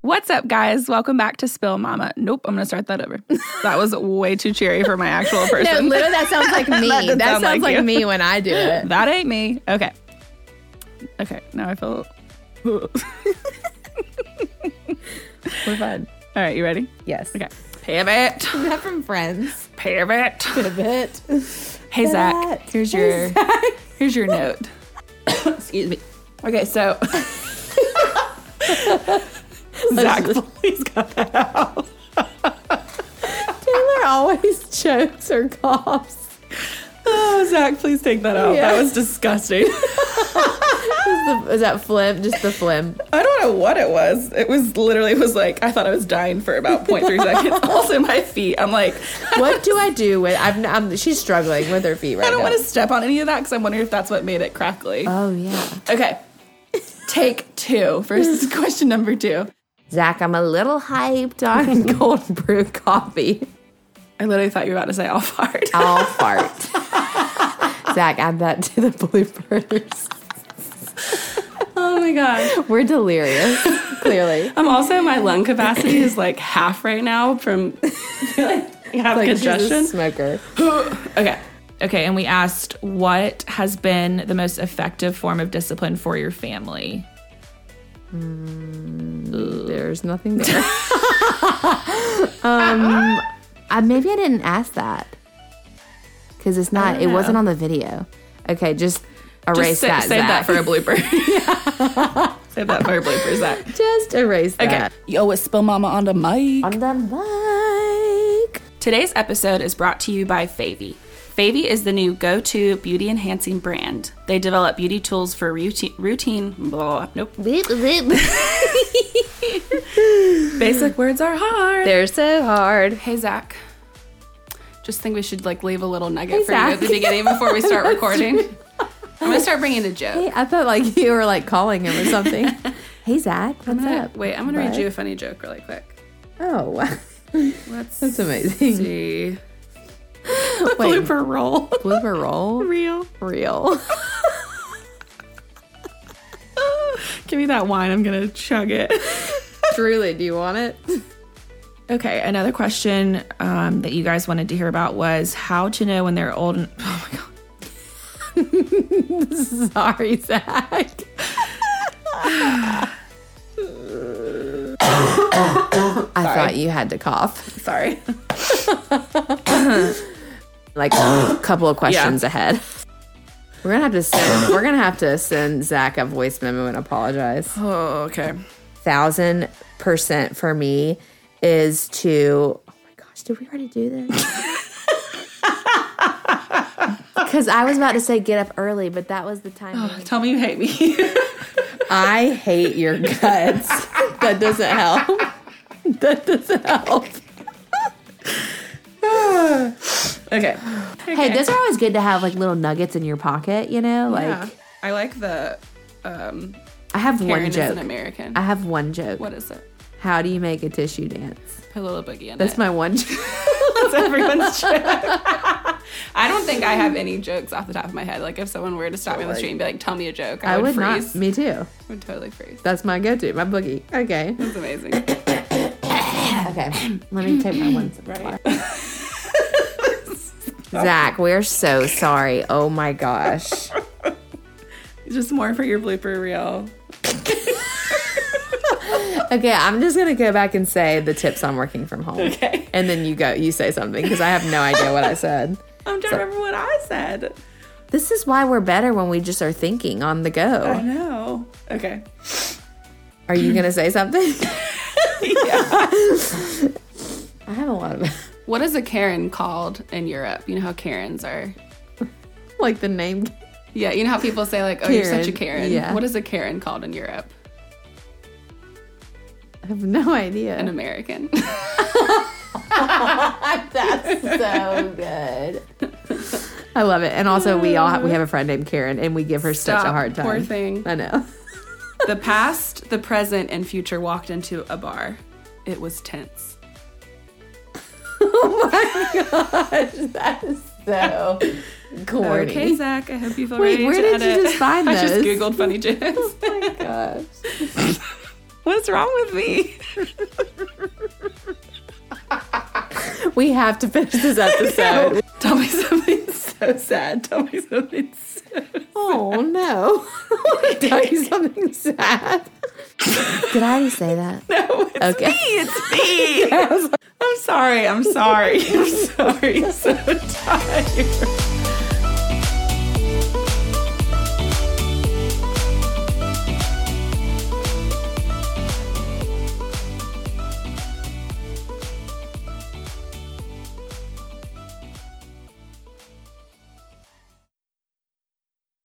What's up, guys? Welcome back to Spill Mama. Nope, I'm gonna start that over. That was way too cheery for my actual No, person. literally, that sounds like me. That does that sound sounds like like, you. me when I do it. that ain't me. Okay. Okay, now I feel. All We're fun. right, you ready? Yes. Okay. Pivot. Is that from Friends? Pivot. Pivot. Hey Zach, Pivot. here's your here's your note. Excuse me. Okay, so Zach, please cut that out. Taylor always chokes or coughs. Oh, Zach, please take that out. Yeah. That was disgusting. Is, the, is that phlegm? Just the phlegm. I don't know what it was. It was literally it was like I thought I was dying for about 0.3 seconds. Also, my feet. I'm like What do I do with? I've, n- I'm. She's struggling with her feet right I don't now. want to step on any of that because I'm wondering if that's what made it crackly. Oh yeah. Okay, take two for s- question number two. Zach, I'm a little hyped on cold brew coffee. I literally thought you were about to say I'll fart. I'll fart. Zach, add that to the bloopers. Oh my gosh. We're delirious, clearly. I'm also my lung capacity is like half right now from I have Like congestion. she's a smoker. Okay. Okay, and we asked what has been the most effective form of discipline for your family? There's nothing there. um, I, maybe I didn't ask that because it's not. It wasn't on the video. Okay, just Just erase sa- that. save Zach. that for a blooper. save that for a blooper, Zach. just erase Okay. that. Yo, it's Spill Mama on the mic. On the mic. Today's episode is brought to you by Favy. Favy is the new go-to beauty enhancing brand. They develop beauty tools for routine, routine blah, nope. Beep, beep. Basic words are hard. They're so hard. Hey Zach, just think we should like leave a little nugget for Zach. you at the beginning before we start recording. I'm gonna start bringing a joke. Hey, I thought like you were like calling him or something. hey Zach, what's up? Wait, I'm gonna read bud? you a funny joke really quick. Oh, wow. Let's that's amazing. see. Wait, Blooper roll. blooper roll. Real. Real. Give me that wine. I'm gonna chug it. Truly, do you want it? Okay, another question um, that you guys wanted to hear about was how to know when they're old. And, oh my god, Sorry, Zach. I thought you had to cough. Sorry. Like a couple of questions ahead. We're gonna have to send. We're gonna have to send Zach a voice memo and apologize. Oh, okay. Thousand percent for me is to. Oh my gosh, did we already do this? Because I was about to say get up early, but that was the time. when we Tell me you hate me. I hate your guts. that doesn't help. That doesn't help. okay. Hey, those are always good to have like little nuggets in your pocket, you know? Like Yeah. I like the um I have Karen one is an joke. American. I have one joke. what is it? How do you make a tissue dance? Put a little boogie in That's it. my one joke. that's everyone's joke. I don't think I have any jokes off the top of my head. Like if someone were to stop me on the street and be like, "Tell me a joke," I, I would, would freeze. not. Me too. I would totally freeze. That's my go-to, my boogie. Okay. That's amazing. Okay. Let me take my one sip. Zach, we're so sorry. Oh my gosh. Just more for your blooper reel. Okay, I'm just gonna go back and say the tips on working from home. Okay. And then you go, you say something because I have no idea what I said. I'm trying to remember what I said. This is why we're better when we just are thinking on the I go. know. Okay. Are you gonna say something? I have a lot of What is a Karen called in Europe? You know how Karens are. like the name. Yeah, you know how people say like, "Oh, you're such a Karen. Karen." Yeah. What is a Karen called in Europe? I have no An idea. American. That's so good. I love it. And also, we all have, we have a friend named Karen, and we give her such a Stop. hard time. Poor thing. I know. the past, the present, and future walked into a bar. It was tense. Oh that is so corny. Okay, Zach. I hope you feel Wait, ready where to did you edit. just find I just those? googled funny jokes. gosh. What's wrong with me? We have to finish this episode. Tell me something so sad. Tell me something so. Oh no! Tell you something sad. Did I already say that? No. okay. It's me. I'm sorry. I'm sorry. I'm sorry. So tired.